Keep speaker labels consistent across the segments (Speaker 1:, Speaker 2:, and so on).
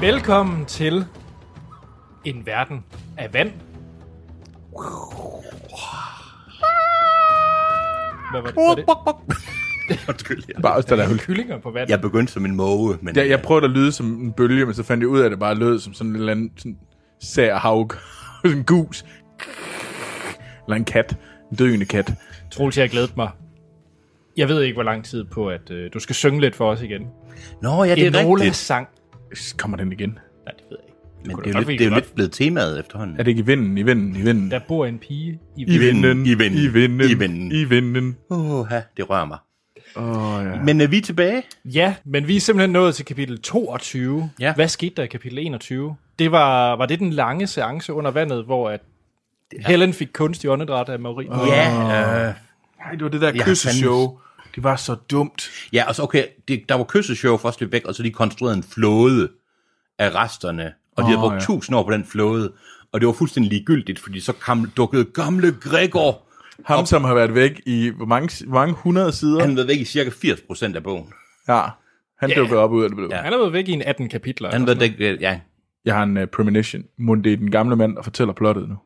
Speaker 1: Velkommen til En Verden af Vand. Hvad var det? Var det?
Speaker 2: Undskyld, ja.
Speaker 3: Bare også, der er
Speaker 1: Kyllinger på vand.
Speaker 2: Jeg begyndte som en måge, men øh,
Speaker 3: jeg, jeg prøvede at lyde som en bølge, men så fandt jeg ud af, at det bare lød som sådan en eller anden sådan, sær havk. Sådan en gus. Eller en kat. En døende kat.
Speaker 1: Troels, jeg har glædet mig. Jeg ved ikke, hvor lang tid på, at øh, du skal synge lidt for os igen.
Speaker 2: Nå, ja, det
Speaker 1: En
Speaker 2: er
Speaker 1: Olas
Speaker 2: rigtigt.
Speaker 1: sang.
Speaker 3: Så kommer den igen.
Speaker 1: Nej, det ved jeg ikke.
Speaker 2: Men
Speaker 1: kunne
Speaker 2: det er
Speaker 1: da
Speaker 2: jo
Speaker 1: godt
Speaker 2: lidt, det er jo
Speaker 1: være,
Speaker 2: lidt blevet temaet efterhånden.
Speaker 3: Er det ikke i vinden, i vinden, i vinden?
Speaker 1: Der bor en pige i
Speaker 3: I
Speaker 1: vinden.
Speaker 3: vinden,
Speaker 2: I vinden,
Speaker 3: i vinden,
Speaker 2: i vinden.
Speaker 3: i vinden.
Speaker 2: Åh, det rører mig.
Speaker 3: Åh, ja.
Speaker 2: Men er vi tilbage?
Speaker 1: Ja, men vi er simpelthen nået til kapitel 22.
Speaker 2: Ja.
Speaker 1: Hvad skete der i kapitel 21? Det var, var det den lange seance under vandet, hvor at Helen fik kunstig åndedræt af Marie. Oh.
Speaker 2: Ja, øh,
Speaker 3: Nej, det var det der
Speaker 2: Jeg
Speaker 3: kysseshow. Det var så dumt.
Speaker 2: ja og så okay, det, der var kysseshow for at slippe væk, og så de konstruerede en flåde af resterne, og de havde
Speaker 3: Åh,
Speaker 2: brugt
Speaker 3: ja.
Speaker 2: tusind år på den flåde, og det var fuldstændig ligegyldigt, fordi så kom, dukkede gamle Gregor,
Speaker 3: Ham, som har været væk i hvor mange, hvor mange hundrede sider.
Speaker 2: han var væk i cirka 80% af bogen.
Speaker 3: ja, han yeah. dukker op ud af det blå.
Speaker 2: Ja.
Speaker 1: Han har været væk i en 18 kapitler.
Speaker 2: Han var væk, øh, ja,
Speaker 3: Jeg har en uh, premonition. Mon, det er den gamle mand, der fortæller plottet nu.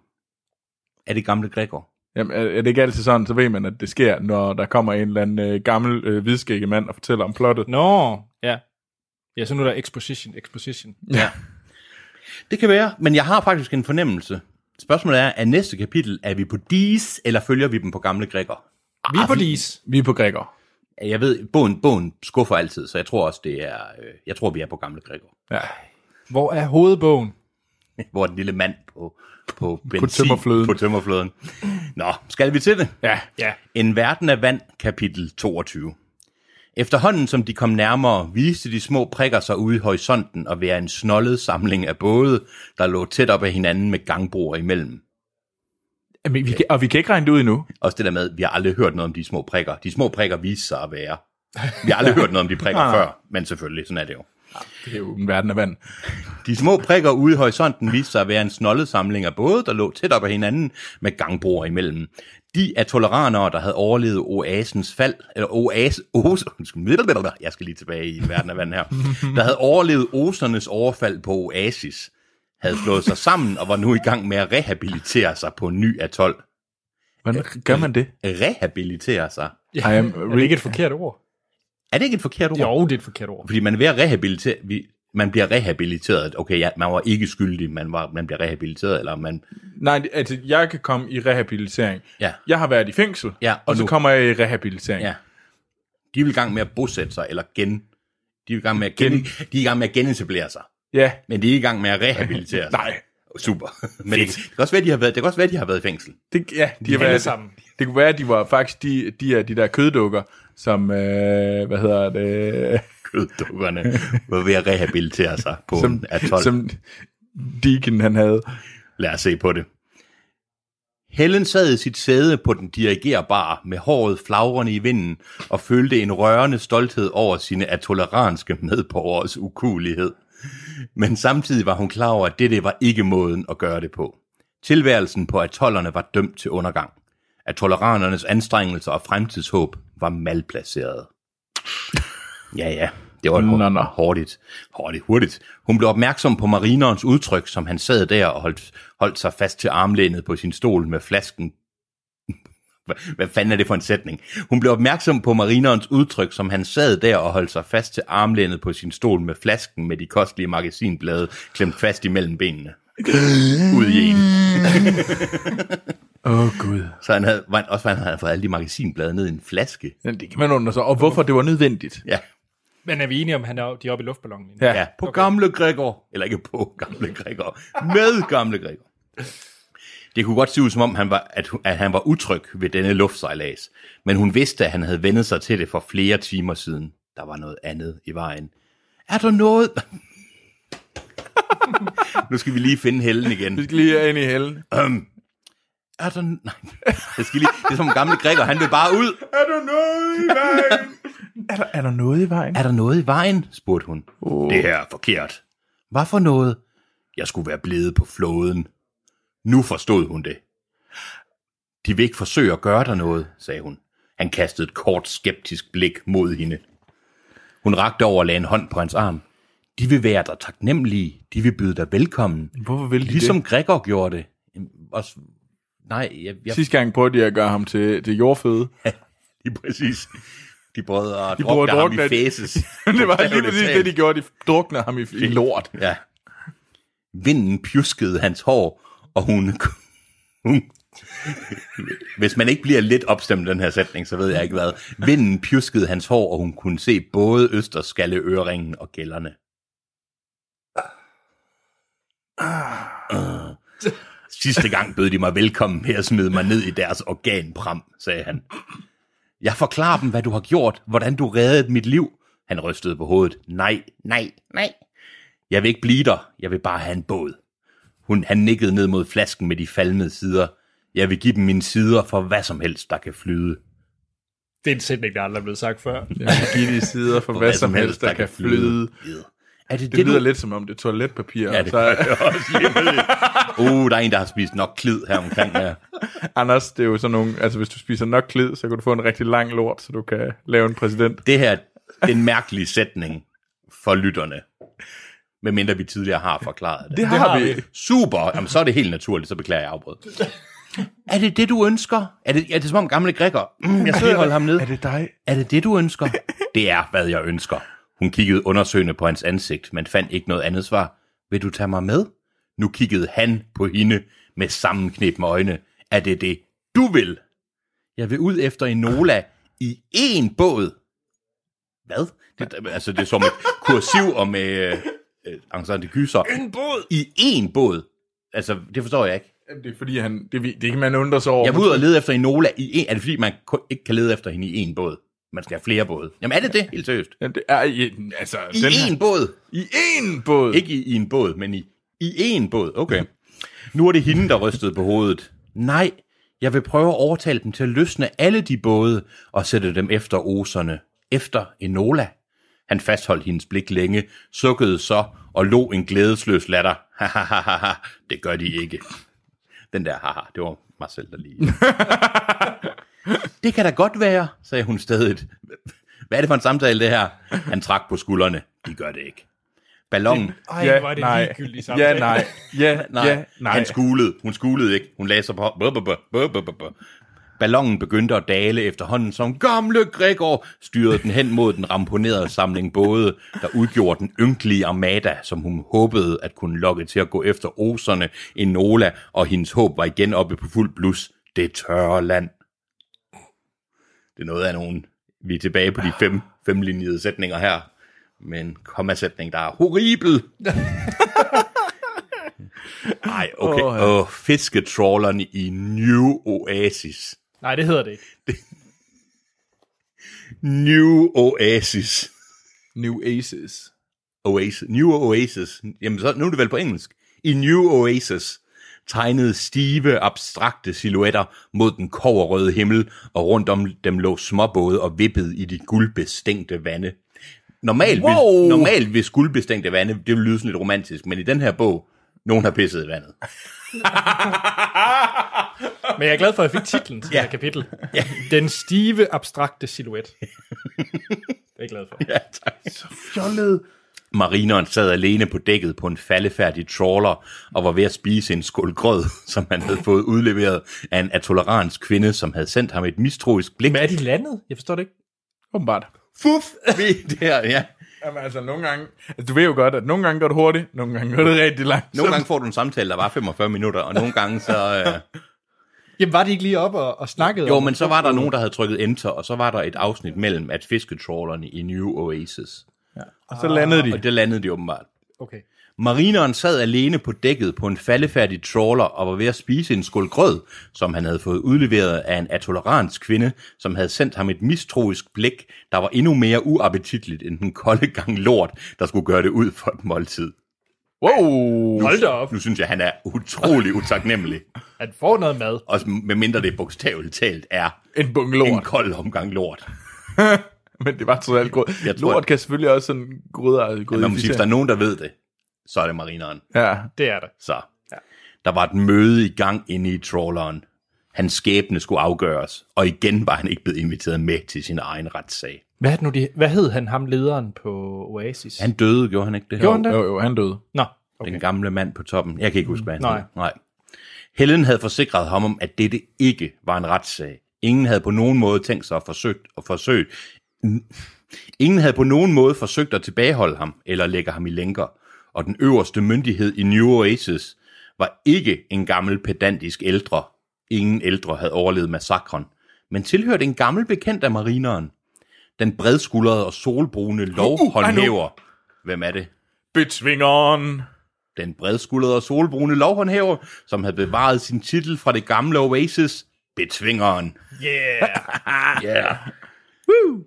Speaker 2: er det gamle Gregor?
Speaker 3: Jamen, er, er det ikke altid sådan, så ved man, at det sker, når der kommer en eller anden øh, gammel øh, hvidskægge mand og fortæller om plottet.
Speaker 1: Nå, ja. Ja, så nu er der exposition, exposition.
Speaker 2: Ja. Det kan være, men jeg har faktisk en fornemmelse. Spørgsmålet er, er næste kapitel, er vi på dis, eller følger vi dem på gamle grækker?
Speaker 1: Vi er på dis.
Speaker 3: Vi er på grækker.
Speaker 2: Jeg ved, bogen, bogen skuffer altid, så jeg tror også, det er, øh, jeg tror, vi er på gamle grækker.
Speaker 3: Ja.
Speaker 1: Hvor er hovedbogen?
Speaker 2: Hvor den lille mand på, på benzin,
Speaker 3: tømmerfløden.
Speaker 2: på tømmerfløden. Nå, skal vi til det?
Speaker 3: ja.
Speaker 1: Ja.
Speaker 2: En verden af vand, kapitel 22. Efterhånden som de kom nærmere, viste de små prikker sig ude i horisonten og være en snollet samling af både, der lå tæt op ad hinanden med gangbroer imellem.
Speaker 3: Jamen, vi kan, og vi kan ikke regne det ud endnu.
Speaker 2: Også det der med, at vi har aldrig hørt noget om de små prikker. De små prikker viste sig at være. Vi har aldrig hørt noget om de prikker før, men selvfølgelig, sådan er det jo.
Speaker 3: Det er jo en verden af vand.
Speaker 2: De små prikker ude i horisonten viste sig at være en snollet samling af både, der lå tæt op ad hinanden med gangbroer imellem. De af toleranere, der havde overlevet oasens fald, eller oas, os, undskyld, blablabla, jeg skal lige tilbage i verden af vand her, der havde overlevet osernes overfald på oasis, havde slået sig sammen og var nu i gang med at rehabilitere sig på en ny atol.
Speaker 3: Hvordan gør man det?
Speaker 2: Rehabilitere sig.
Speaker 3: I am
Speaker 1: Er det ikke et forkert ord?
Speaker 2: Er det ikke et forkert ord?
Speaker 1: Jo, det er et forkert ord.
Speaker 2: Fordi man er ved at rehabilitere, vi, man bliver rehabiliteret. Okay, ja, man var ikke skyldig, man, var, man bliver rehabiliteret, eller man...
Speaker 3: Nej, det- altså, jeg kan komme i rehabilitering.
Speaker 2: Ja.
Speaker 3: Jeg har været i fængsel,
Speaker 2: Ja,
Speaker 3: og,
Speaker 2: og
Speaker 3: og så
Speaker 2: nu-
Speaker 3: kommer jeg i rehabilitering.
Speaker 2: Ja. De er vel i gang med at bosætte sig, eller gen... De er i gang med at, gen, de er i gang med at genetablere sig.
Speaker 3: ja.
Speaker 2: Men de er i gang med at rehabilitere sig.
Speaker 3: Nej,
Speaker 2: Super. Men det, det, kan også være, de har været, det kan også være, de har været i fængsel.
Speaker 3: det, ja, de, har
Speaker 1: Alle
Speaker 3: været,
Speaker 1: sammen.
Speaker 3: Det kunne være, at de var faktisk de, de, er de der køddukker, som, øh, hvad hedder det,
Speaker 2: Køddukkerne var ved at rehabilitere sig på som,
Speaker 3: som,
Speaker 2: en atol. Som,
Speaker 3: som Deacon han havde.
Speaker 2: Lad os se på det. Helen sad i sit sæde på den dirigerbare med håret flagrende i vinden og følte en rørende stolthed over sine atoleranske medborgers ukulighed. Men samtidig var hun klar over, at dette var ikke måden at gøre det på. Tilværelsen på atollerne var dømt til undergang. Atoleranernes anstrengelser og fremtidshåb var malplaceret. Ja, ja. Det var
Speaker 3: Nå,
Speaker 2: no,
Speaker 3: nå.
Speaker 2: no. hurtigt. Hurtigt, hurtigt. Hun blev opmærksom på marinerens udtryk, som han sad der og holdt, holdt sig fast til armlænet på sin stol med flasken Hva- Hvad fanden er det for en sætning? Hun blev opmærksom på marinerens udtryk, som han sad der og holdt sig fast til armlænet på sin stol med flasken med de kostelige magasinblade klemt fast imellem benene. Ud i en.
Speaker 3: Åh, oh, Gud.
Speaker 2: Så han havde, var han, også var han havde fået alle de magasinblade ned i en flaske.
Speaker 3: Jamen, det kan man undre sig. Og hvorfor det var nødvendigt.
Speaker 2: Ja,
Speaker 1: Men er vi enige om, han er, de er oppe i luftballonen? lige nu?
Speaker 3: Ja.
Speaker 2: Ja, på okay. gamle Gregor. Eller ikke på gamle Gregor. Med gamle Gregor. Det kunne godt se ud som om, han var, at, at han var utryg ved denne luftsejlads. Men hun vidste, at han havde vendet sig til det for flere timer siden. Der var noget andet i vejen. Er der noget... nu skal vi lige finde Helen igen.
Speaker 3: Vi skal lige ind i hælden.
Speaker 2: Er der... Nej, jeg skal lige... Det er som om gamle Gregor, han vil bare ud.
Speaker 3: Er der noget i vejen? er, der, er der noget i vejen?
Speaker 2: Er der noget i vejen? spurgte hun. Oh. Det her er forkert. Hvad for noget? Jeg skulle være blevet på flåden. Nu forstod hun det. De vil ikke forsøge at gøre dig noget, sagde hun. Han kastede et kort skeptisk blik mod hende. Hun rakte over og lagde en hånd på hans arm. De vil være dig taknemmelige. De vil byde dig velkommen.
Speaker 3: Hvorfor vil de
Speaker 2: Ligesom Gregor gjorde det. Jamen, Også... Nej, jeg, jeg...
Speaker 3: det? Sidste gang prøvede de at gøre ham til, til jordføde.
Speaker 2: Lige præcis. De prøvede at
Speaker 3: prøvede
Speaker 2: drukte
Speaker 3: at
Speaker 2: ham i
Speaker 3: drukne-
Speaker 2: fæses.
Speaker 3: det var lige
Speaker 2: Bogstaveligt
Speaker 3: præcis
Speaker 2: talt.
Speaker 3: det, de gjorde. De druknede ham i, i lort.
Speaker 2: Ja. Vinden pjuskede hans hår, og hun... hun Hvis man ikke bliver lidt opstemt i den her sætning, så ved jeg ikke hvad. Vinden pjuskede hans hår, og hun kunne se både Østerskalle, Øringen og gælderne. Øh. Sidste gang bød de mig velkommen med at smide mig ned i deres organpram, sagde han. Jeg forklarer dem, hvad du har gjort, hvordan du reddede mit liv. Han rystede på hovedet. Nej, nej, nej. Jeg vil ikke blive der. Jeg vil bare have en båd. Hun, han nikkede ned mod flasken med de faldende sider. Jeg vil give dem mine sider for hvad som helst, der kan flyde.
Speaker 1: Det er en sætning, der aldrig er blevet sagt før.
Speaker 3: Ja, give de sider for hvad som helst, der kan flyde.
Speaker 2: Ja. Er det,
Speaker 3: Det lyder
Speaker 2: du-
Speaker 3: lidt som om det er toiletpapir.
Speaker 2: Ja,
Speaker 3: Ja, det
Speaker 2: det gør
Speaker 3: så,
Speaker 2: Uh, der er en, der har spist nok klid her omkring. Ja.
Speaker 3: Anders, det er jo sådan nogle... Altså, hvis du spiser nok klid, så kan du få en rigtig lang lort, så du kan lave en præsident.
Speaker 2: Det her er en mærkelig sætning for lytterne. Medmindre vi tidligere har forklaret det.
Speaker 3: Det har, det har vi. vi.
Speaker 2: Super, Jamen, så er det helt naturligt, så beklager jeg afbrød. Er det det, du ønsker? Er det, er det som om gamle Gregor? Mm, jeg skal lige holde ham ned.
Speaker 3: Er det dig?
Speaker 2: Er det det, du ønsker? det er, hvad jeg ønsker. Hun kiggede undersøgende på hans ansigt, men fandt ikke noget andet svar. Vil du tage mig med? Nu kiggede han på hende med sammenknebne øjne. Er det det, du vil? Jeg vil ud efter Enola i én båd. Hvad? Det, altså, det er som et kursiv og med øh, øh, Anson de Gyser. En båd! I én båd. Altså, det forstår jeg ikke.
Speaker 3: Jamen, det er fordi, han, det, vi- det kan man undre sig over.
Speaker 2: Jeg vil ud og lede efter Enola i én. Er det fordi, man kun- ikke kan lede efter hende i én båd? Man skal have flere både. Jamen, er det det? Helt seriøst.
Speaker 3: Jamen, det er i, altså,
Speaker 2: I
Speaker 3: den
Speaker 2: en båd.
Speaker 3: I én båd.
Speaker 2: Ikke i, i en båd, men i, i én båd. Okay. Nu er det hende, der rystede på hovedet. Nej, jeg vil prøve at overtale dem til at løsne alle de både og sætte dem efter oserne. Efter Enola. Han fastholdt hendes blik længe, sukkede så og lå en glædesløs latter. Hahaha, det gør de ikke. Den der haha, det var mig selv, der lige... det kan da godt være, sagde hun stadig. Hvad er det for en samtale, det her? Han trak på skuldrene. De gør det ikke. Ballon.
Speaker 1: Ej, ja, hvor er det nej. ligegyldigt samtale.
Speaker 3: Ja, nej. Ja,
Speaker 2: Nej,
Speaker 3: ja, nej.
Speaker 2: han skulede. Hun skulede ikke. Hun lagde sig på... Buh, buh, buh, buh, buh, buh, buh. Ballonen begyndte at dale efterhånden, som gamle Gregor styrede den hen mod den ramponerede samling både, der udgjorde den ynkelige armada, som hun håbede at kunne lokke til at gå efter oserne i Nola, og hendes håb var igen oppe på fuld blus. Det tørre land. Det er noget af nogen. Vi er tilbage på de fem, femlinjede sætninger her, med en kommasætning, der er horribel. Nej, okay.
Speaker 3: Åh,
Speaker 2: Åh, oh, oh, fisketrawleren i New Oasis.
Speaker 1: Nej, det hedder det ikke.
Speaker 2: New Oasis.
Speaker 3: New Aces.
Speaker 2: Oasis. New Oasis. Jamen, så, nu er det vel på engelsk. I New Oasis tegnede stive, abstrakte silhuetter mod den koverrøde himmel, og rundt om dem lå småbåde og vippede i de guldbestængte vande. Normalt, wow. hvis, normalt hvis guldbestængte vande, det ville lyde sådan lidt romantisk, men i den her bog, nogen har pisset i vandet.
Speaker 1: Men jeg er glad for, at jeg fik titlen til ja. det her kapitel. Ja. Den stive, abstrakte silhuet. Det er jeg glad for.
Speaker 2: Ja, tak.
Speaker 3: Fjollet.
Speaker 2: Marineren sad alene på dækket på en faldefærdig trawler og var ved at spise en skål grød, som han havde fået udleveret af en atoleransk kvinde, som havde sendt ham et mistroisk blik.
Speaker 1: Hvad er de landet? Jeg forstår det ikke.
Speaker 3: Åbenbart.
Speaker 2: Fuf, ved det her, ja.
Speaker 3: Jamen altså, nogle gange... Altså, du ved jo godt, at nogle gange går det hurtigt, nogle gange går det rigtig langt.
Speaker 2: Nogle gange får du en samtale, der var 45 minutter, og nogle gange så... Øh,
Speaker 1: Jamen, var de ikke lige op og, og snakkede
Speaker 2: Jo,
Speaker 1: om
Speaker 2: men så øh. var der nogen, der havde trykket enter, og så var der et afsnit mellem, at fisketrawlerne i New Oasis.
Speaker 3: Og så landede de.
Speaker 2: Og det landede de åbenbart.
Speaker 1: Okay.
Speaker 2: Marineren sad alene på dækket på en faldefærdig trawler og var ved at spise en skål grød, som han havde fået udleveret af en atoleransk kvinde, som havde sendt ham et mistroisk blik, der var endnu mere uappetitligt end den kolde gang lort, der skulle gøre det ud for et måltid.
Speaker 3: Wow!
Speaker 1: Hold da op.
Speaker 2: Nu synes jeg, han er utrolig utaknemmelig.
Speaker 1: Han får noget mad.
Speaker 2: Også medmindre det bogstaveligt talt er
Speaker 3: En bunke
Speaker 2: en
Speaker 3: lort.
Speaker 2: kold omgang lort.
Speaker 3: Men det var trods alt grød.
Speaker 2: Jeg tror,
Speaker 3: Lort
Speaker 2: at-
Speaker 3: kan selvfølgelig også sådan gryder. gryder
Speaker 2: Man må sige, hvis der er nogen, der ved det, så er det marineren.
Speaker 3: ja.
Speaker 1: Det er det.
Speaker 2: Så der var et møde i gang inde i trawleren. Hans skæbne skulle afgøres, og igen var han ikke blevet inviteret med til sin egen retssag.
Speaker 1: Hvad, er det nu, de, hvad hed han ham, lederen på Oasis?
Speaker 2: Han døde, gjorde han ikke det?
Speaker 1: Gjorde han det?
Speaker 3: Jo, jo, han døde.
Speaker 1: Nå,
Speaker 2: Okay. Den gamle mand på toppen. Jeg kan ikke huske, hvad han
Speaker 1: Nej.
Speaker 2: hed. Nej. Helen havde forsikret ham om, at dette ikke var en retssag. Ingen havde på nogen måde tænkt sig at forsøge, at forsøge. Ingen havde på nogen måde forsøgt at tilbageholde ham eller lægge ham i lænker. Og den øverste myndighed i New Oasis var ikke en gammel pedantisk ældre. Ingen ældre havde overlevet massakren, men tilhørte en gammel bekendt af marineren. Den bredskuldrede og solbrune lovhåndhæver. Uh, Hvem er det?
Speaker 3: Bitsvingeren!
Speaker 2: Den bredskuldrede og solbrune lovhåndhæver, som havde bevaret sin titel fra det gamle Oasis, Betvingeren. Yeah! yeah! Woo!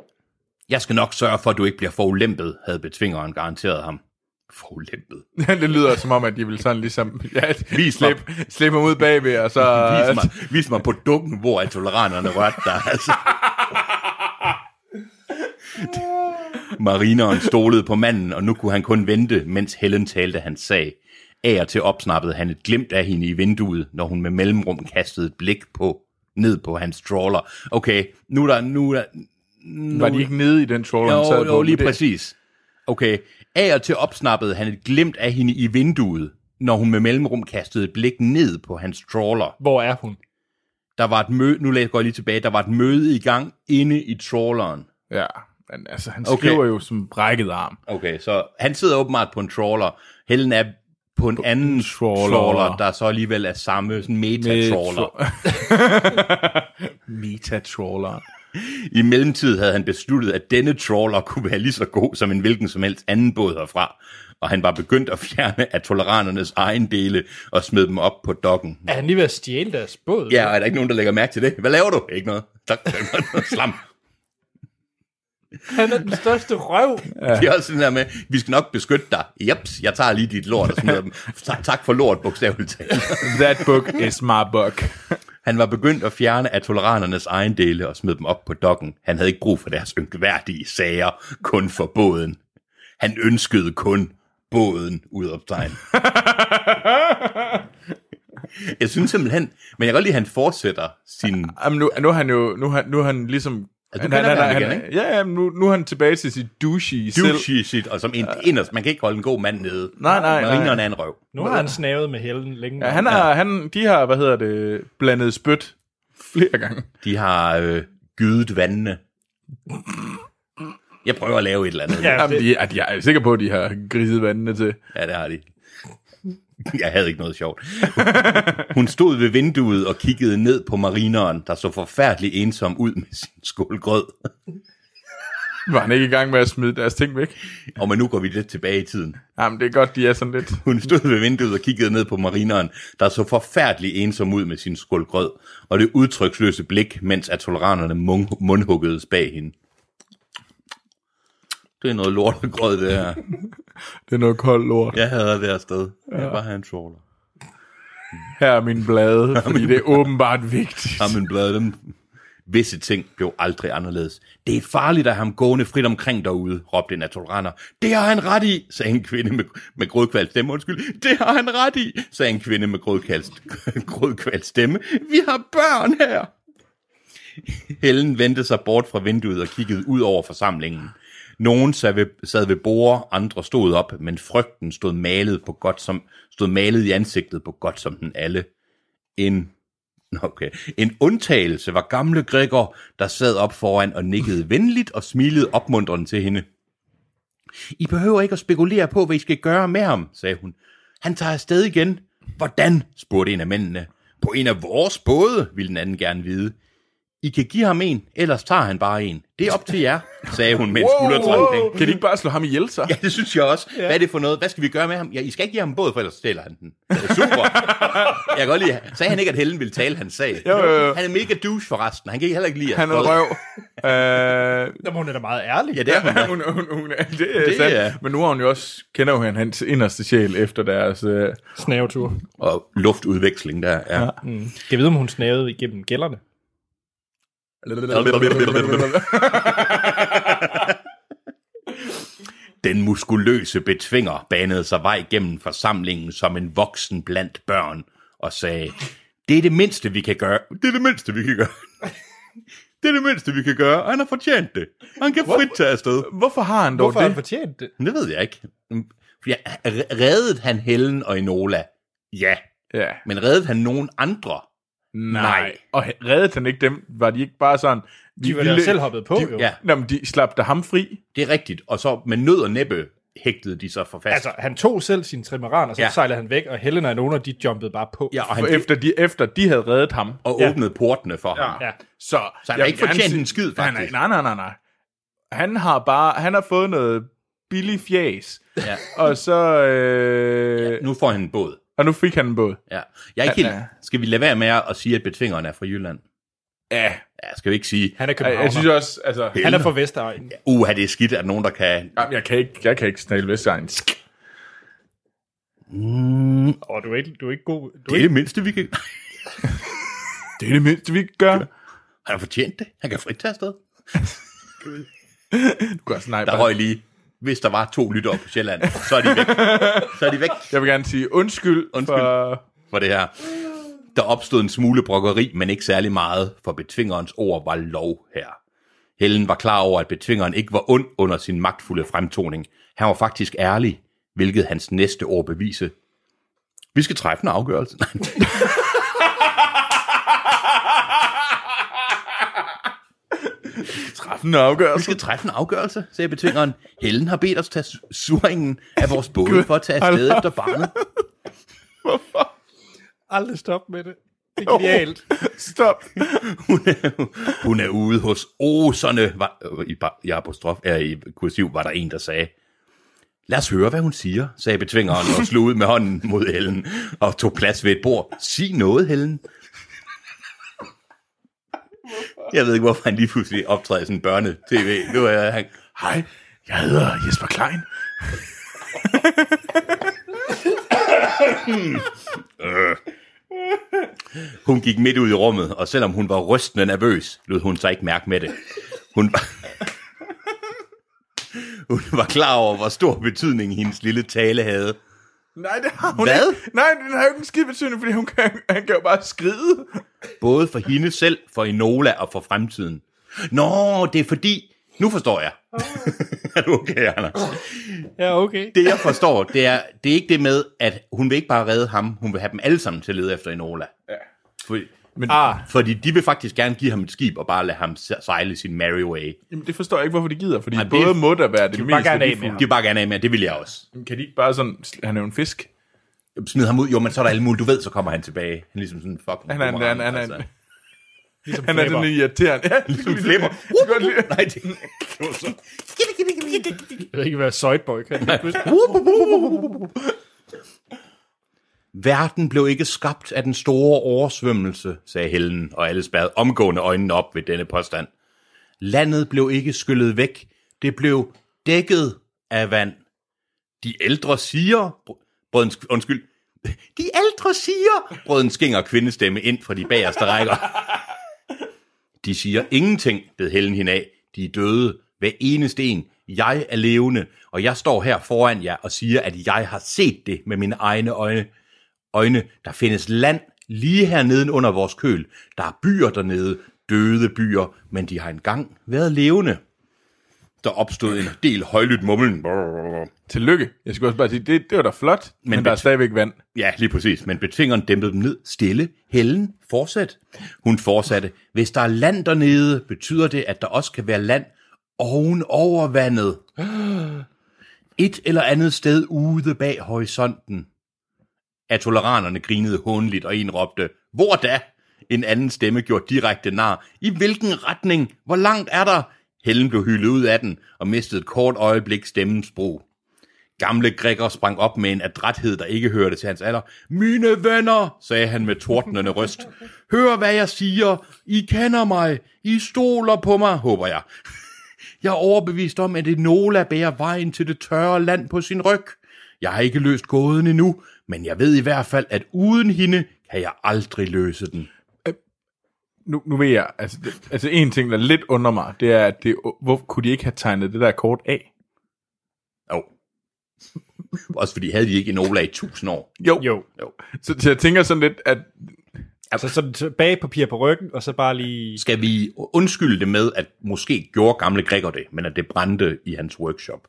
Speaker 2: Jeg skal nok sørge for, at du ikke bliver forulæmpet, havde Betvingeren garanteret ham. Forulæmpet?
Speaker 3: det lyder som om, at de vil sådan ligesom... Ja,
Speaker 2: Vis mig.
Speaker 3: slip, slip ham ud bagved, og så...
Speaker 2: Vis mig, vis mig på dukken, hvor toleranerne rørte dig. Altså. Marineren stolede på manden, og nu kunne han kun vente, mens Helen talte hans sag. Af og til opsnappede han et glimt af hende i vinduet, når hun med mellemrum kastede et blik på ned på hans trawler. Okay, nu er der, nu er der, nu,
Speaker 3: Var de ikke nede i den trawler, han
Speaker 2: jo,
Speaker 3: sad
Speaker 2: jo,
Speaker 3: på?
Speaker 2: lige
Speaker 3: Det-
Speaker 2: præcis. Okay, af og til opsnappede han et glimt af hende i vinduet, når hun med mellemrum kastede et blik ned på hans trawler.
Speaker 1: hvor er hun?
Speaker 2: Der var et møde, nu læ- går jeg lige tilbage, der var et møde i gang inde i trawleren.
Speaker 3: Ja, men altså, han
Speaker 2: Okay.
Speaker 3: okay. skriver jo som brækket arm.
Speaker 2: Okay, så han sidder åbenbart på en trawler. Helen er på en på anden trawler.
Speaker 3: trawler.
Speaker 2: trawler, der så alligevel er samme sådan meta-trawler.
Speaker 3: Meta-trawler.
Speaker 2: I mellemtiden havde han besluttet, at denne trawler kunne være lige så god som en hvilken som helst anden båd herfra. Og han var begyndt at fjerne af toleranernes egen dele og smed dem op på dokken.
Speaker 1: Er han lige ved at stjæle deres båd?
Speaker 2: Ja, og er der ikke nogen, der lægger mærke til det? Hvad laver du? Ikke noget. Tak. Slam.
Speaker 1: Han er den største røv.
Speaker 2: Det er også den der med, vi skal nok beskytte dig. Jeps, jeg tager lige dit lort og smider dem. Ta- Tak for lort, bogstaveligt talt.
Speaker 3: That book is my book.
Speaker 2: Han var begyndt at fjerne af toleranernes egen dele og smed dem op på dokken. Han havde ikke brug for deres ynkværdige sager, kun for båden. Han ønskede kun båden udoptegn. jeg synes simpelthen, men jeg kan godt lide, at han fortsætter sin...
Speaker 3: Jamen, nu, nu er han jo... Nu er, han- nu er han ligesom...
Speaker 2: Altså, du kender ham igen,
Speaker 3: han, ja, ja, men nu, nu er han tilbage til sit douchey selv.
Speaker 2: douche shit, og som en, inderst, man kan ikke holde en god mand nede.
Speaker 3: Nej, nej, nej.
Speaker 2: Marineren er en røv.
Speaker 1: Nu har han snavet med Helen længe.
Speaker 3: Ja, han har, han, de har, hvad hedder det, blandet spyt flere gange.
Speaker 2: De har øh, gydet vandene. Jeg prøver at lave et eller andet.
Speaker 1: Ja,
Speaker 3: Jamen,
Speaker 1: det,
Speaker 3: de, er, de er sikker på, at de har griset vandene til.
Speaker 2: Ja, det har de. Jeg havde ikke noget sjovt. Hun stod ved vinduet og kiggede ned på marineren, der så forfærdeligt ensom ud med sin skål grød.
Speaker 3: Var han ikke i gang med at smide deres ting væk?
Speaker 2: Og men nu går vi lidt tilbage i tiden.
Speaker 3: Jamen, det er godt, de er sådan lidt...
Speaker 2: Hun stod ved vinduet og kiggede ned på marineren, der så forfærdeligt ensom ud med sin skål grød, og det udtryksløse blik, mens atoleranerne mun- mundhuggedes bag hende. Det er noget lort og grød, det her.
Speaker 3: Det er noget koldt lort. Ja.
Speaker 2: Jeg havde det her sted. Jeg var en trawler.
Speaker 3: Her er mine blade, fordi det er åbenbart vigtigt.
Speaker 2: Jamen blad dem. Visse ting blev aldrig anderledes. Det er farligt at have ham gående frit omkring derude, råbte en af toleraner. Det har han ret i, sagde en kvinde med, med grødkvalt stemme. Undskyld, det har han ret i, sagde en kvinde med grødkvalt, grødkvalt stemme. Vi har børn her. Helen vendte sig bort fra vinduet og kiggede ud over forsamlingen. Nogen sad ved, sad ved bord, andre stod op, men frygten stod malet på godt som, stod malet i ansigtet på godt som den alle. En Nå, Okay. En undtagelse var gamle Gregor, der sad op foran og nikkede venligt og smilede opmuntrende til hende. I behøver ikke at spekulere på, hvad I skal gøre med ham, sagde hun. Han tager afsted igen. Hvordan? spurgte en af mændene. På en af vores både, ville den anden gerne vide. I kan give ham en, ellers tager han bare en. Det er op til jer, sagde hun med en skuldertrækning.
Speaker 3: Kan de ikke bare slå ham ihjel, så?
Speaker 2: Ja, det synes jeg også. Hvad er det for noget? Hvad skal vi gøre med ham? Ja, I skal ikke give ham en båd, for ellers stjæler han den. Det er super. jeg kan godt lide, sagde han ikke, at Helen ville tale hans sag? Jo,
Speaker 3: jo, jo.
Speaker 2: Han er mega douche forresten. Han kan heller ikke lide at
Speaker 3: Han er noget røv. Øh,
Speaker 1: Jamen, hun er da meget ærlig.
Speaker 2: Ja, det er hun. da.
Speaker 3: hun, hun, hun, det er
Speaker 2: Det
Speaker 3: det, sandt.
Speaker 2: er-
Speaker 3: Men nu har hun jo også, kender hun hans inderste sjæl efter deres... Øh,
Speaker 1: Snavetur.
Speaker 2: Og luftudveksling der. Ja. ja.
Speaker 1: Kan jeg vide, om hun snavede igennem gælderne?
Speaker 2: Den muskuløse betvinger banede sig vej gennem forsamlingen som en voksen blandt børn og sagde, det er det mindste, vi kan gøre. Det er det mindste, vi kan gøre. Det er det mindste, vi kan gøre, og han har fortjent det. Han kan frit tage afsted.
Speaker 3: Hvorfor har han dog
Speaker 1: Hvorfor har han
Speaker 3: det?
Speaker 1: fortjent det?
Speaker 2: Det ved jeg ikke. Mm, Ja, reddede han Helen og Enola? Ja.
Speaker 3: Ja.
Speaker 2: Men reddede han nogen andre? Nej.
Speaker 3: Nej. Og reddede han ikke dem? Var de ikke bare sådan...
Speaker 1: De var da selv hoppet på,
Speaker 3: de,
Speaker 1: jo.
Speaker 2: Ja,
Speaker 3: Nå, men de slap da ham fri.
Speaker 2: det er rigtigt. Og så med nød og næppe hægtede de sig for fast.
Speaker 1: Altså, han tog selv sin trimaran, og så
Speaker 2: Ja.
Speaker 1: ja. sejlede han væk, og Helena og Nona, de jumpede bare på.
Speaker 2: ja, og,
Speaker 3: Han,
Speaker 2: han,
Speaker 3: efter, de, efter de havde reddet ham.
Speaker 2: og
Speaker 1: ja.
Speaker 2: åbnede portene for ja. ham.
Speaker 1: Ja.
Speaker 3: Så,
Speaker 2: Så han
Speaker 3: jeg
Speaker 2: har
Speaker 3: vil
Speaker 2: ikke
Speaker 3: gerne
Speaker 2: fortjent
Speaker 3: sige-
Speaker 2: en skid,
Speaker 3: Nej,
Speaker 2: faktisk.
Speaker 3: Nej, nej, nej, nej. Han har bare... Han har fået noget billig fjæs.
Speaker 2: Ja.
Speaker 3: Og så... Øh,
Speaker 2: Nu får han en båd.
Speaker 3: Og nu fik han en båd.
Speaker 2: Ja. Jeg er ikke
Speaker 3: Ja,
Speaker 2: helt...
Speaker 3: ja.
Speaker 2: Skal vi lade være med at sige, at betvingeren er fra Jylland?
Speaker 3: Ja.
Speaker 2: Ja, skal vi ikke sige,
Speaker 1: Han er
Speaker 3: Jeg,
Speaker 1: københavner.
Speaker 3: jeg synes også... Altså,
Speaker 1: han er fra Vestegn.
Speaker 2: uha, det er skidt, at nogen, der kan...
Speaker 3: Jamen, jeg kan ikke, jeg kan ikke snale Vestegn.
Speaker 1: Og du er ikke, du er ikke god. Du
Speaker 2: Det Mm, er det mindste, vi kan...
Speaker 3: Det er det mindste, vi gør.
Speaker 2: Han har fortjent det. Han kan frit tage afsted.
Speaker 3: Du gør sådan, nej,
Speaker 2: Der
Speaker 3: bare-
Speaker 2: røg lige... Hvis der var to lyttere på Sjælland, så er de væk. Så er de væk.
Speaker 3: Jeg vil gerne sige undskyld,
Speaker 2: Undskyld.
Speaker 3: undskyld. for...
Speaker 2: for det her. Der opstod en smule brokkeri, men ikke særlig meget, for betvingerens ord var lov her. Helen var klar over, at betvingeren ikke var ond under sin magtfulde fremtoning. Han var faktisk ærlig, hvilket hans næste ord bevise. Vi skal træffe en afgørelse.
Speaker 3: Træffen afgørelse.
Speaker 2: Vi skal træffe en afgørelse, sagde betvingeren. Helen har bedt os tage su- suringen af vores båd for at tage afsted efter barnet.
Speaker 1: aldrig stop med det. Det er genialt.
Speaker 3: Stop.
Speaker 2: Hun er, hun er ude hos oserne. Var, i, par- i, apostrof, er, I kursiv var der en, der sagde, Lad os høre, hvad hun siger, sagde betvingeren og slog ud med hånden mod Helen og tog plads ved et bord. Sig noget, Helen. Jeg ved ikke, hvorfor han lige pludselig optræder i sådan en børne-tv. Nu er han...
Speaker 3: Hej, jeg hedder Jesper Klein.
Speaker 2: Hun gik midt ud i rummet, og selvom hun var rystende nervøs, lød hun sig ikke mærke med det. Hun var... hun var klar over, hvor stor betydning hendes lille tale havde.
Speaker 3: Nej, det har hun
Speaker 2: Hvad?
Speaker 3: ikke. Nej, den har jo ikke en skid betydning, fordi hun kan, han kan jo bare skride.
Speaker 2: Både for hende selv, for Enola og for fremtiden. Nå, det er fordi... Nu forstår jeg. er du okay, Anna?
Speaker 1: Ja, okay.
Speaker 2: Det, jeg forstår, det er, det er ikke det med, at hun vil ikke bare redde ham, hun vil have dem alle sammen til at lede efter Enola. Ja. Fordi,
Speaker 3: Men
Speaker 1: Ah,
Speaker 2: fordi de vil faktisk gerne give ham et skib og bare lade ham se- sejle sin merry way.
Speaker 3: jamen, det forstår jeg ikke, hvorfor de gider, fordi
Speaker 2: Nej,
Speaker 3: Nej,
Speaker 2: det-
Speaker 3: både det, må der være det
Speaker 1: bare
Speaker 3: mest
Speaker 1: gerne af med
Speaker 3: værdifulde.
Speaker 2: De vil bare gerne af med, det vil jeg også.
Speaker 3: Kan de ikke bare sådan, han er jo en fisk.
Speaker 2: smid ham ud. Jo, men så er der alle mulige. Du ved, så kommer han tilbage. Han er ligesom sådan en fucking...
Speaker 3: Han er, han er, han er, han er,
Speaker 2: altså.
Speaker 1: ligesom
Speaker 3: han er den irriterende. Ja,
Speaker 2: Ligesom en flipper.
Speaker 3: Jeg kan godt lide-
Speaker 2: Nej, det, det var så...
Speaker 1: Jeg ved ikke, hvad Søjtboy kan.
Speaker 2: Verden blev ikke skabt af den store oversvømmelse, sagde Helen, og alle spærrede omgående øjnene op ved denne påstand. Landet blev ikke skyllet væk. Det blev dækket af vand. De ældre siger... br- Brødens, undskyld. De ældre siger... Brøden skinger kvindestemme ind fra de bagerste rækker. De siger ingenting, bed Helen hende af. De er døde, hver eneste en. Jeg er levende, og jeg står her foran jer og siger, at jeg har set det med mine egne øjne. øjne. Der findes land lige hernede under vores køl. Der er byer dernede, døde byer, men de har engang været levende. Der opstod en del højlydt mumlen.
Speaker 3: Tillykke. Jeg skulle også bare sige, det, det var da flot, men, men der er
Speaker 2: det-
Speaker 3: stadigvæk vand.
Speaker 2: Ja, lige præcis. Men betvingeren dæmpede dem ned. Stille. Helen. Fortsæt. Hun fortsatte. Hvis der er land dernede, betyder det, at der også kan være land oven over vandet. Et eller andet sted ude bag horisonten. Atoleranerne grinede hånligt, og en råbte, Hvor da? En anden stemme gjorde direkte nar. I hvilken retning? Hvor langt er der? Helen blev hyldet ud af den, og mistede et kort øjeblik stemmens brug. Gamle Gregor sprang op med en adræthed, der ikke hørte til hans alder. Mine venner, sagde han med tordnende røst. Hør, hvad jeg siger. I kender mig. I stoler på mig, håber jeg. Jeg er overbevist om, at Enola bærer vejen til det tørre land på sin ryg. Jeg har ikke løst gåden endnu, men jeg ved i hvert fald, at uden hende kan jeg aldrig løse den.
Speaker 3: Nu, nu ved jeg, altså, det, altså en ting, der lidt under mig, det er, at det, hvor kunne de ikke have tegnet det der kort af?
Speaker 2: Jo. Også fordi havde de ikke Enola i tusind år.
Speaker 3: Jo.
Speaker 1: Jo.
Speaker 2: Jo.
Speaker 3: Så, så jeg tænker sådan lidt, at
Speaker 1: Altså sådan tilbage papir på ryggen, og så bare lige...
Speaker 2: Skal vi undskylde det med, at måske gjorde gamle Gregor det, men at det brændte i hans workshop?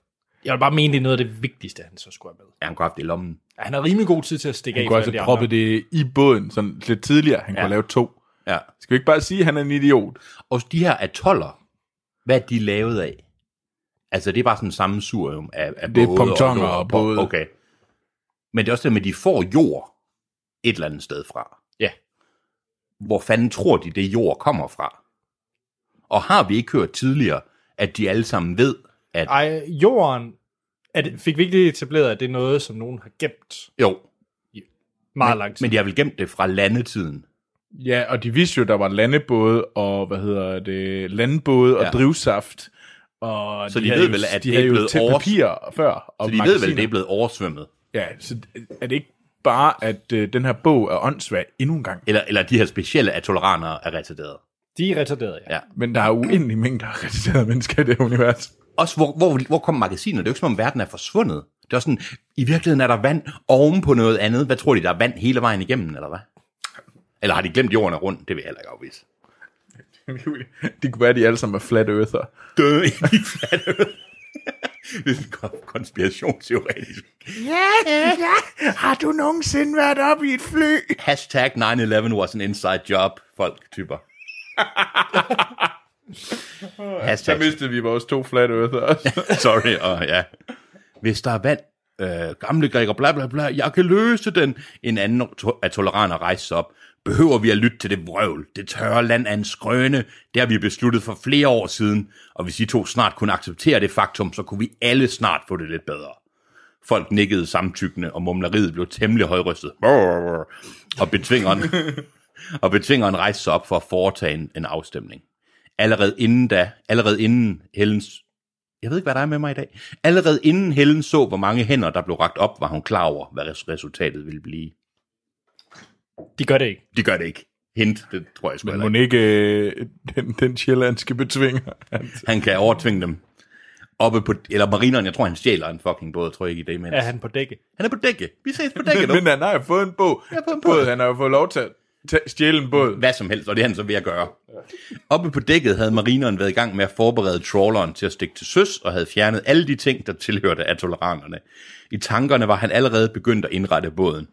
Speaker 1: Jeg vil bare mene, det er noget af det vigtigste, han så skulle have med.
Speaker 2: Ja, han kunne have haft det i lommen.
Speaker 1: Ja, han har rimelig god tid til at stikke
Speaker 3: han
Speaker 1: af
Speaker 3: kunne
Speaker 1: for
Speaker 3: altså
Speaker 1: alle de
Speaker 3: droppe
Speaker 1: andre.
Speaker 3: det i båden sådan lidt tidligere. Han ja.
Speaker 2: Ja.
Speaker 3: kunne lave to.
Speaker 2: Ja.
Speaker 3: Skal vi ikke bare sige, at han er en idiot?
Speaker 2: Og de her atoller, hvad er de lavet af? Altså, det er bare sådan samme surium af, af
Speaker 3: Det er
Speaker 2: både
Speaker 3: pontoner
Speaker 2: jord
Speaker 3: og både.
Speaker 2: Okay. Men det er også det med, at de får jord et eller andet sted fra.
Speaker 1: Ja.
Speaker 2: Hvor fanden tror de, det jord kommer fra? Og har vi ikke hørt tidligere, at de alle sammen ved, at...
Speaker 1: Ej, jorden... Er det, fik vi ikke lige etableret, at det er noget, som nogen har gemt
Speaker 2: Jo,
Speaker 1: meget lang tid?
Speaker 2: men de har vel gemt det fra landetiden.
Speaker 3: Ja, og de vidste jo, der var landebåde og, hvad hedder det, landbåde og
Speaker 2: Ja.
Speaker 3: ja. drivsaft. Og
Speaker 2: Så de
Speaker 3: havde
Speaker 2: ved
Speaker 3: jo-
Speaker 2: vel, at
Speaker 3: de
Speaker 2: det
Speaker 3: havde
Speaker 2: er
Speaker 3: jo
Speaker 2: blevet
Speaker 3: til
Speaker 2: over-
Speaker 3: papir før. Og
Speaker 2: Så de ved vel,
Speaker 3: magasiner.
Speaker 2: det er blevet oversvømmet.
Speaker 3: Ja, så er det ikke bare, at øh, den her bog er åndssvag endnu en gang,
Speaker 2: Eller, eller de her specielle atoleranere er retarderet.
Speaker 1: De er retarderet, ja.
Speaker 2: Ja.
Speaker 1: ja.
Speaker 3: men der er uendelige mængder af retarderede mennesker i det univers.
Speaker 2: Også hvor, hvor, hvor kom magasinet? Det er jo ikke som om verden er forsvundet. Det er også sådan, i virkeligheden er der vand oven på noget andet. Hvad tror de, der er vand hele vejen igennem, eller hvad? Eller har de glemt jorden er rundt? Det vil jeg heller ikke afvise.
Speaker 3: det kunne være, at de alle sammen er flat earther.
Speaker 2: Døde i flat earth. Det er sådan kon- konspirationsteoretisk.
Speaker 3: Har du nogensinde været oppe i et fly?
Speaker 2: Hashtag 9-11 was an inside job, folk typer.
Speaker 3: Så
Speaker 2: Hashtag
Speaker 3: mistede vi vores to flat earther også.
Speaker 2: Sorry, og ja. Hvis der er vand, øh, gamle græker, bla bla bla, jeg kan løse den. En anden to- af toleraner rejste sig op. Behøver vi at lytte til det vrøvl? Det tørre land er en skrøne. Det har vi besluttet for flere år siden. Og hvis I to snart kunne acceptere det faktum, så kunne vi alle snart få det lidt bedre. Folk nikkede samtykkende, og mumleriet blev temmelig højrystet. Brrr. Og betvingeren, og betvingeren rejste sig op for at foretage en, en afstemning. Allerede inden da, allerede inden Helens jeg ved ikke, hvad der er med mig i dag. Allerede inden Helen så, hvor mange hænder, der blev ragt op, var hun klar over, hvad res- resultatet ville blive.
Speaker 1: De gør det ikke.
Speaker 2: De gør det ikke. Hint, det tror jeg sgu
Speaker 3: Men
Speaker 2: heller
Speaker 3: må
Speaker 2: ikke.
Speaker 3: ikke øh, den, den sjællandske betvinger.
Speaker 2: Han kan overtvinge dem. Oppe på, eller marineren, jeg tror, han stjæler en fucking båd, tror jeg ikke i det, men
Speaker 1: Er han på dække?
Speaker 2: han er på dække. Vi ses på dække nu.
Speaker 3: Men han har jo fået en bog.
Speaker 2: har fået en
Speaker 3: Både
Speaker 2: bog.
Speaker 3: Han har jo fået lov til at ta- stjæle en båd.
Speaker 2: Hvad som helst, og det er han så ved at gøre. Oppe på dækket havde marineren været i gang med at forberede trawleren til at stikke til søs, og havde fjernet alle de ting, der tilhørte atoleranerne. I tankerne var han allerede begyndt at indrette båden.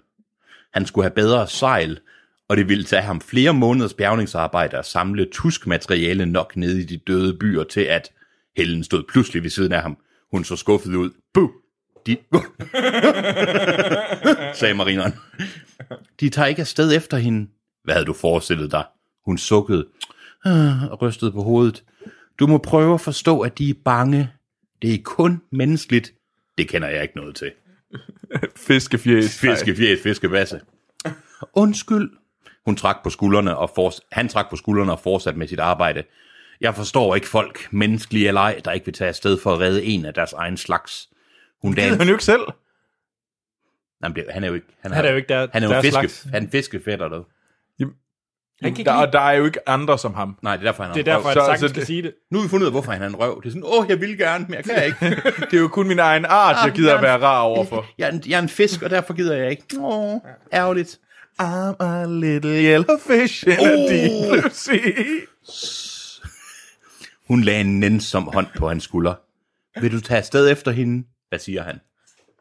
Speaker 2: Han skulle have bedre sejl, og det ville tage ham flere måneders bjergningsarbejde at samle tuskmateriale nok nede i de døde byer til, at Helen stod pludselig ved siden af ham. Hun så skuffet ud. Buh! De... sagde marineren. De tager ikke afsted efter hende. Hvad havde du forestillet dig? Hun sukkede "Ah," og rystede på hovedet. Du må prøve at forstå, at de er bange. Det er kun menneskeligt. Det kender jeg ikke noget til.
Speaker 3: Fiskefjæs.
Speaker 2: Fiskefjæs, fiskebasse. Undskyld. Hun trak på skuldrene og forts- han trak på skuldrene og fortsatte med sit arbejde. Jeg forstår ikke folk, menneskelige eller ej, der ikke vil tage afsted for at redde en af deres egen slags. Hun
Speaker 3: Det ved
Speaker 2: dagen...
Speaker 3: han jo ikke selv.
Speaker 2: Jamen, det, han er jo ikke...
Speaker 1: Han er jo ikke der-
Speaker 2: Han er jo
Speaker 1: deres
Speaker 2: fiske,
Speaker 1: slags.
Speaker 2: Han er fiskefætter, dog.
Speaker 1: Han kan ikke
Speaker 3: Der,
Speaker 1: lide-
Speaker 3: og der er jo ikke andre som ham.
Speaker 2: Nej, det er derfor, han
Speaker 1: Det er
Speaker 2: en røv.
Speaker 1: derfor, han
Speaker 3: så-
Speaker 1: sagtens
Speaker 3: så
Speaker 1: skal
Speaker 3: det-
Speaker 1: sige det.
Speaker 2: Nu har vi fundet ud af, hvorfor han er en røv. Det er sådan, åh, jeg vil gerne, men jeg kan ikke.
Speaker 3: Det er jo kun min egen art, jeg gider at være rar overfor.
Speaker 2: Jeg er, en, jeg er en fisk, og derfor gider jeg ikke. Åh, ærgerligt.
Speaker 3: I'm a little yellow fish in oh. a deep blue sea.
Speaker 2: Hun lagde en nænsom hånd på hans skulder. Vil du tage afsted efter hende? Hvad siger han?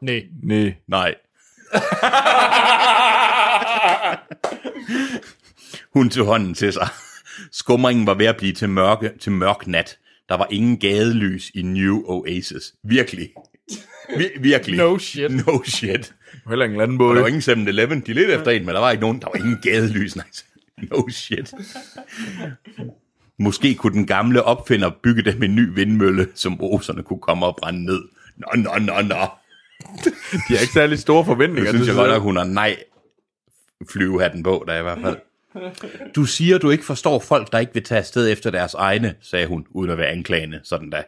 Speaker 1: Nej.
Speaker 3: Nej.
Speaker 2: Nej. Hun tog hånden til sig. Skumringen var ved at blive til, mørke, til mørk nat. Der var ingen gadelys i New Oasis. Virkelig. Vi, virkelig.
Speaker 1: No shit.
Speaker 2: No shit.
Speaker 3: Heller ikke en
Speaker 2: Der var
Speaker 3: landbåde.
Speaker 2: ingen 7-Eleven. De ledte efter en, men der var ikke nogen. Der var ingen gadelys. Nej, no shit. Måske kunne den gamle opfinder bygge dem en ny vindmølle, som roserne kunne komme og brænde ned. Nå, nå, nå, nå.
Speaker 3: De har ikke særlig store forventninger.
Speaker 2: Jeg synes
Speaker 3: til
Speaker 2: jeg godt
Speaker 3: sådan
Speaker 2: nok, hun har nej flyvehatten på, der i hvert fald. Du siger, du ikke forstår folk, der ikke vil tage afsted efter deres egne, sagde hun, uden at være anklagende, sådan da.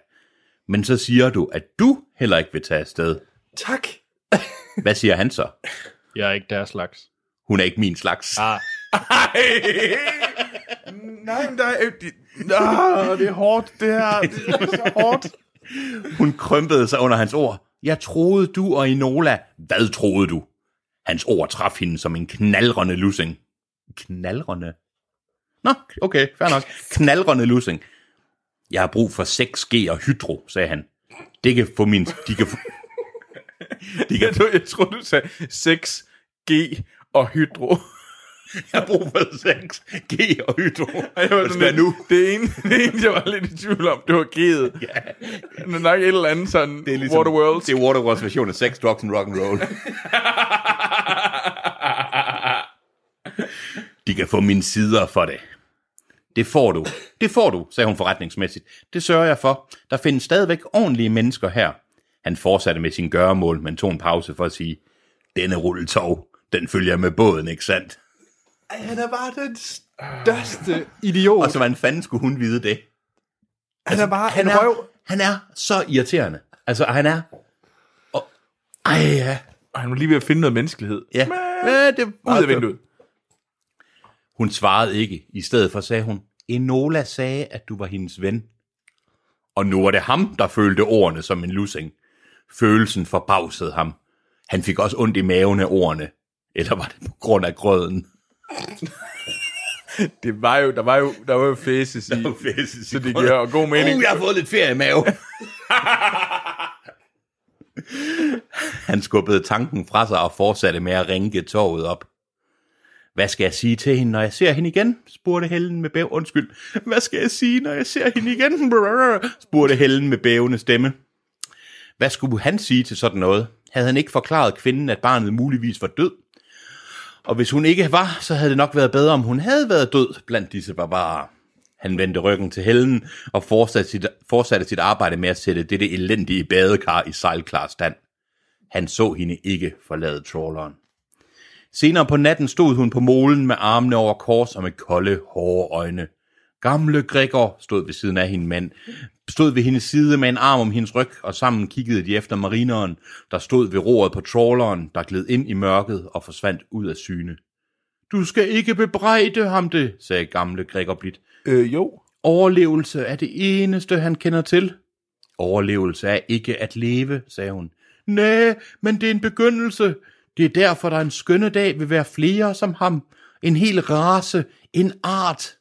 Speaker 2: Men så siger du, at du heller ikke vil tage afsted.
Speaker 1: Tak.
Speaker 2: Hvad siger han så?
Speaker 1: Jeg er ikke deres slags.
Speaker 2: Hun er ikke min slags.
Speaker 1: Ah,
Speaker 3: noget. Nej, men der er... øh, De... Ah, det er hårdt, det her. Det er så hårdt.
Speaker 2: Hun krympede sig under hans ord. Jeg troede du og Inola. Hvad troede du? Hans ord traf hende som en knaldrende lussing. Knaldrende? Nå, okay, fair nok. Knaldrende lussing. Jeg har brug for 6G og hydro, sagde han. Det kan få min... De kan få... De kan
Speaker 3: Jeg tror, jeg tror du sagde 6G og hydro.
Speaker 2: jeg har brug for 6G og hydro.
Speaker 3: Jeg var
Speaker 2: Hvad skal jeg nu?
Speaker 3: Det ene, det ene, jeg var lidt i tvivl om, det var G'et.
Speaker 2: Ja,
Speaker 3: Det er nok et eller andet sådan
Speaker 2: det er ligesom,
Speaker 3: Waterworld.
Speaker 2: Det er Waterworlds version af sex, drugs and rock and roll. De kan få mine sider for det. Det får du. Det får du, sagde hun forretningsmæssigt. Det sørger jeg for. Der findes stadigvæk ordentlige mennesker her. Han fortsatte med sin gøremål, men tog en pause for at sige, denne rulletog, den følger med båden, ikke sandt?
Speaker 1: han er bare den største idiot.
Speaker 2: Og så hvordan fanden skulle hun vide det?
Speaker 3: Altså,
Speaker 1: han er bare
Speaker 2: Han
Speaker 1: en røv.
Speaker 2: er, han er så irriterende. Altså, han er... Og, ej, ja.
Speaker 3: Og han var lige ved at finde noget menneskelighed.
Speaker 2: ja. Men, det,
Speaker 3: Ud af vinduet.
Speaker 2: Hun svarede ikke. I stedet for sagde hun, Enola sagde, at du var hendes ven. Og nu var det ham, der følte ordene som en lussing. Følelsen forbavsede ham. Han fik også ondt i maven af ordene. Eller var det på grund af grøden?
Speaker 3: Det var jo, der var jo, der var jo fæses i.
Speaker 2: Så
Speaker 3: det giver god mening.
Speaker 2: Uh, jeg har fået lidt ferie i mave. Han skubbede tanken fra sig og fortsatte med at ringe toget op. Hvad skal jeg sige til hende, når jeg ser hende igen? spurgte Helen med bæv... Undskyld. Hvad skal jeg sige, når jeg ser hende igen? Brrrr, spurgte Helen med bævende stemme. Hvad skulle han sige til sådan noget? Havde han ikke forklaret kvinden, at barnet muligvis var død? Og hvis hun ikke var, så havde det nok været bedre, om hun havde været død blandt disse barbarer. Han vendte ryggen til Helen og fortsatte sit, fortsatte sit arbejde med at sætte dette elendige badekar i sejlklar stand. Han så hende ikke forlade trawleren. Senere på natten stod hun på molen med armene over kors og med kolde, hårde øjne. Gamle Gregor stod ved siden af hende mand, stod ved hendes side med en arm om hendes ryg, og sammen kiggede de efter marineren, der stod ved roret på trawleren, der gled ind i mørket og forsvandt ud af syne. Du skal ikke bebrejde ham det, sagde gamle Gregor blidt.
Speaker 3: Øh, jo.
Speaker 2: Overlevelse er det eneste, han kender til. Overlevelse er ikke at leve, sagde hun. Næh, men det er en begyndelse. Det er derfor, der en skønne dag vil være flere som ham. En hel race, en art.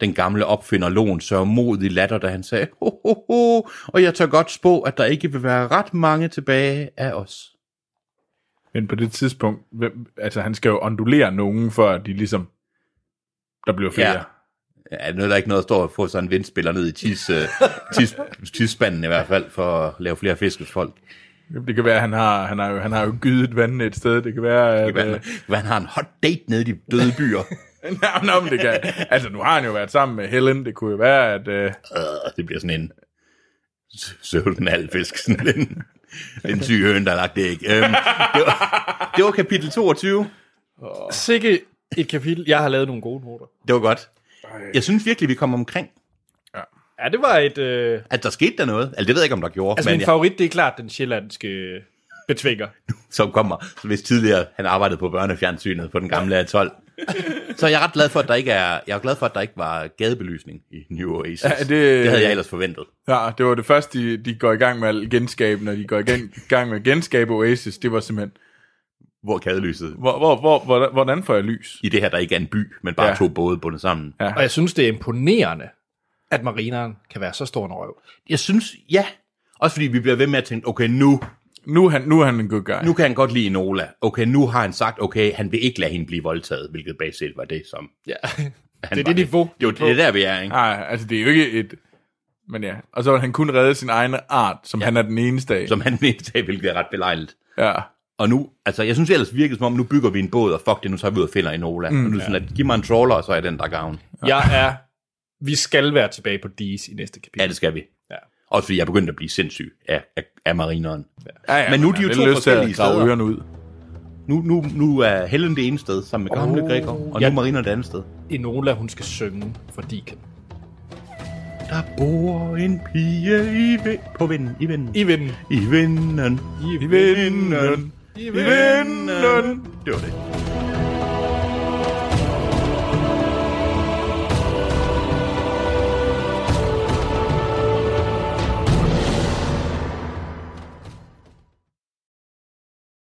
Speaker 2: Den gamle opfinder lån sørgmodig latter, da han sagde, ho, ho, ho, og jeg tør godt spå, at der ikke vil være ret mange tilbage af os.
Speaker 3: Men på det tidspunkt, hvem, altså han skal jo ondulere nogen, før de ligesom, der bliver flere.
Speaker 2: Ja. Ja, nu er der ikke noget at stå og få sådan en vindspiller ned i tis, øh, tis, tidsspanden i hvert fald, for at lave flere fiskesfolk.
Speaker 3: Det kan være, at han har, han har, jo, han har jo gydet vandet et sted. Det kan være, at...
Speaker 2: Hvad han, hvad han har en hot date nede i de døde byer.
Speaker 3: øh, nå, nå, men det kan, altså, nu har han jo været sammen med Helen. Det kunne jo være, at... Øh,
Speaker 2: Øh, det bliver sådan en sø- søvn halvfisk, sådan en, en syg høn, der har lagt det ikke. Øhm, det, var, det var kapitel 22.
Speaker 1: Sikke et kapitel. Jeg har lavet nogle gode noter.
Speaker 2: Det var godt. Jeg synes virkelig, vi kom omkring,
Speaker 1: Ja, det var et... Øh...
Speaker 2: at der skete der noget. Altså, det ved jeg ikke, om der gjorde,
Speaker 1: Altså,
Speaker 2: men
Speaker 1: min
Speaker 2: jeg,
Speaker 1: favorit, det er klart den sjællandske betvinger.
Speaker 2: som kommer, som hvis tidligere han arbejdede på børnefjernsynet på den gamle A12. Så jeg er ret glad for, at der ikke er, jeg er glad for, at der ikke var gadebelysning i New Oasis. Ja,
Speaker 3: det-
Speaker 2: det, det havde jeg ellers forventet.
Speaker 3: ja, det var det første, de, de går i gang med at genskabe, når de går i gen- gang med at genskabe Oasis. Det var simpelthen,
Speaker 2: Hvor er gadelyset?
Speaker 3: hvor, hvor, hvor, hvor, hvordan får jeg lys?
Speaker 2: I det her, der ikke er en by, men bare
Speaker 3: Ja.
Speaker 2: ja. to både bundet sammen.
Speaker 1: Og jeg synes, det er imponerende, at marineren kan være så stor en røv.
Speaker 2: Jeg synes, ja. Også fordi vi bliver ved med at tænke, okay, nu,
Speaker 3: Nu er han, nu er han en good guy.
Speaker 2: nu kan han godt lide Nola. Okay, nu har han sagt, okay, han vil ikke lade hende blive voldtaget, hvilket basisk set var det, som
Speaker 1: Ja.
Speaker 2: han
Speaker 1: det er
Speaker 2: var
Speaker 1: det niveau.
Speaker 2: Jo, det er der, vi er, ikke?
Speaker 3: Nej, altså det er jo ikke et... Men ja, og så vil han kun redde sin egen art, som ja. han er den eneste af. Som...
Speaker 2: Som han mente, hvilket er ret belejligt.
Speaker 3: Ja.
Speaker 2: Og nu, altså jeg synes ellers virkede som om, nu bygger vi en båd, og fuck det, nu tager vi ud og finder en Ola. Mm, og nu ja. sådan, at giv mig en trawler, og så er den der gavn.
Speaker 1: Jeg er... Vi skal være tilbage på Dees i næste kapitel.
Speaker 2: Ja, det skal vi.
Speaker 1: Ja.
Speaker 2: Også fordi jeg er begyndt at blive sindssyg af, af, af marineren. Ja.
Speaker 3: Ja, ja,
Speaker 2: Men nu er de jo
Speaker 3: han
Speaker 2: to
Speaker 3: lidt lyst til at
Speaker 2: forskellige
Speaker 3: grave
Speaker 2: steder.
Speaker 3: ørerne ud.
Speaker 2: Nu, nu, nu er Helen det ene sted, sammen med gamle
Speaker 1: Åh,
Speaker 2: oh, Gregor, og
Speaker 1: ja.
Speaker 2: ja. nu marineren det andet sted.
Speaker 1: Enola, hun skal synge for Deacon.
Speaker 2: Der bor en pige i vind, på vinden, i vinden,
Speaker 1: I vinden.
Speaker 2: i vinden,
Speaker 1: I
Speaker 2: vinden,
Speaker 1: I
Speaker 2: i vinden. Det var det.